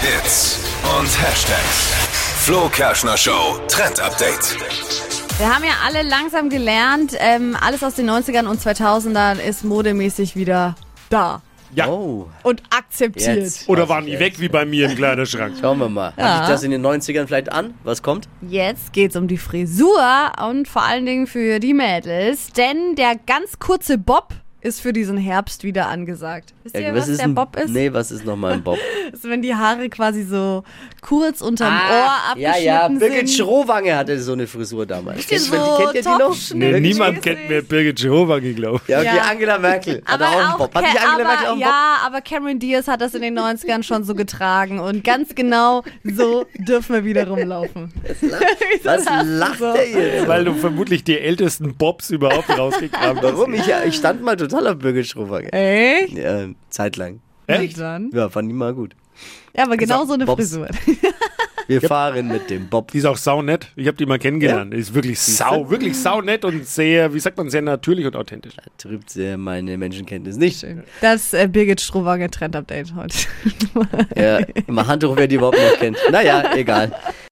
Hits und Hashtags. Flo Kerschner Show Trend Update. Wir haben ja alle langsam gelernt, ähm, alles aus den 90ern und 2000ern ist modemäßig wieder da Ja. Oh, und akzeptiert. jetzt. Oder weiß waren ich die jetzt. weg wie bei mir im Kleiderschrank? Schauen wir mal. Ja. Hat sich das in den 90ern vielleicht an? Was kommt? Jetzt geht's um die Frisur und vor allen Dingen für die Mädels, denn der ganz kurze Bob ist für diesen Herbst wieder angesagt. Wisst ihr, Ja, was, der ein, Bob ist? Nee, was ist nochmal ein Bob? Das ist, wenn die Haare quasi so kurz unterm Ohr Ah, ja, abgeschnitten ja, sind. Birgit Schrowange hatte so eine Frisur damals. Bisschen Kennt man die, kennt ihr die noch? Topfschnitt. Nee, Wirklich? niemand kennt mehr Birgit Jehova geglaubt. Ja, okay, Ja. Angela Merkel hat Aber auch einen Bob. Hat Ca- nicht Angela Merkel aber, auch einen Bob? ja, aber Cameron Diaz hat das in den 90ern schon so getragen und ganz genau so dürfen wir wieder rumlaufen. Was lacht der jetzt? Weil du vermutlich die ältesten Bobs überhaupt rausgekramt hast. Warum? Ich, ich stand mal total auf Birgit Schrowange. Echt? Ja, zeitlang. Echt? Dann. Ja, fand ich mal gut. Ja, aber genau so eine Bobs. Frisur. Wir fahren mit dem Bob. Die ist auch saunett. Ich habe die mal kennengelernt. Die Ist wirklich sau, wirklich saunett und sehr, wie sagt man, sehr natürlich und authentisch. Trübt sehr meine Menschenkenntnis nicht. Das äh, Birgit Strohwagen Trend Update heute. Ja, immer Hand hoch, wer die überhaupt noch kennt. Naja, egal.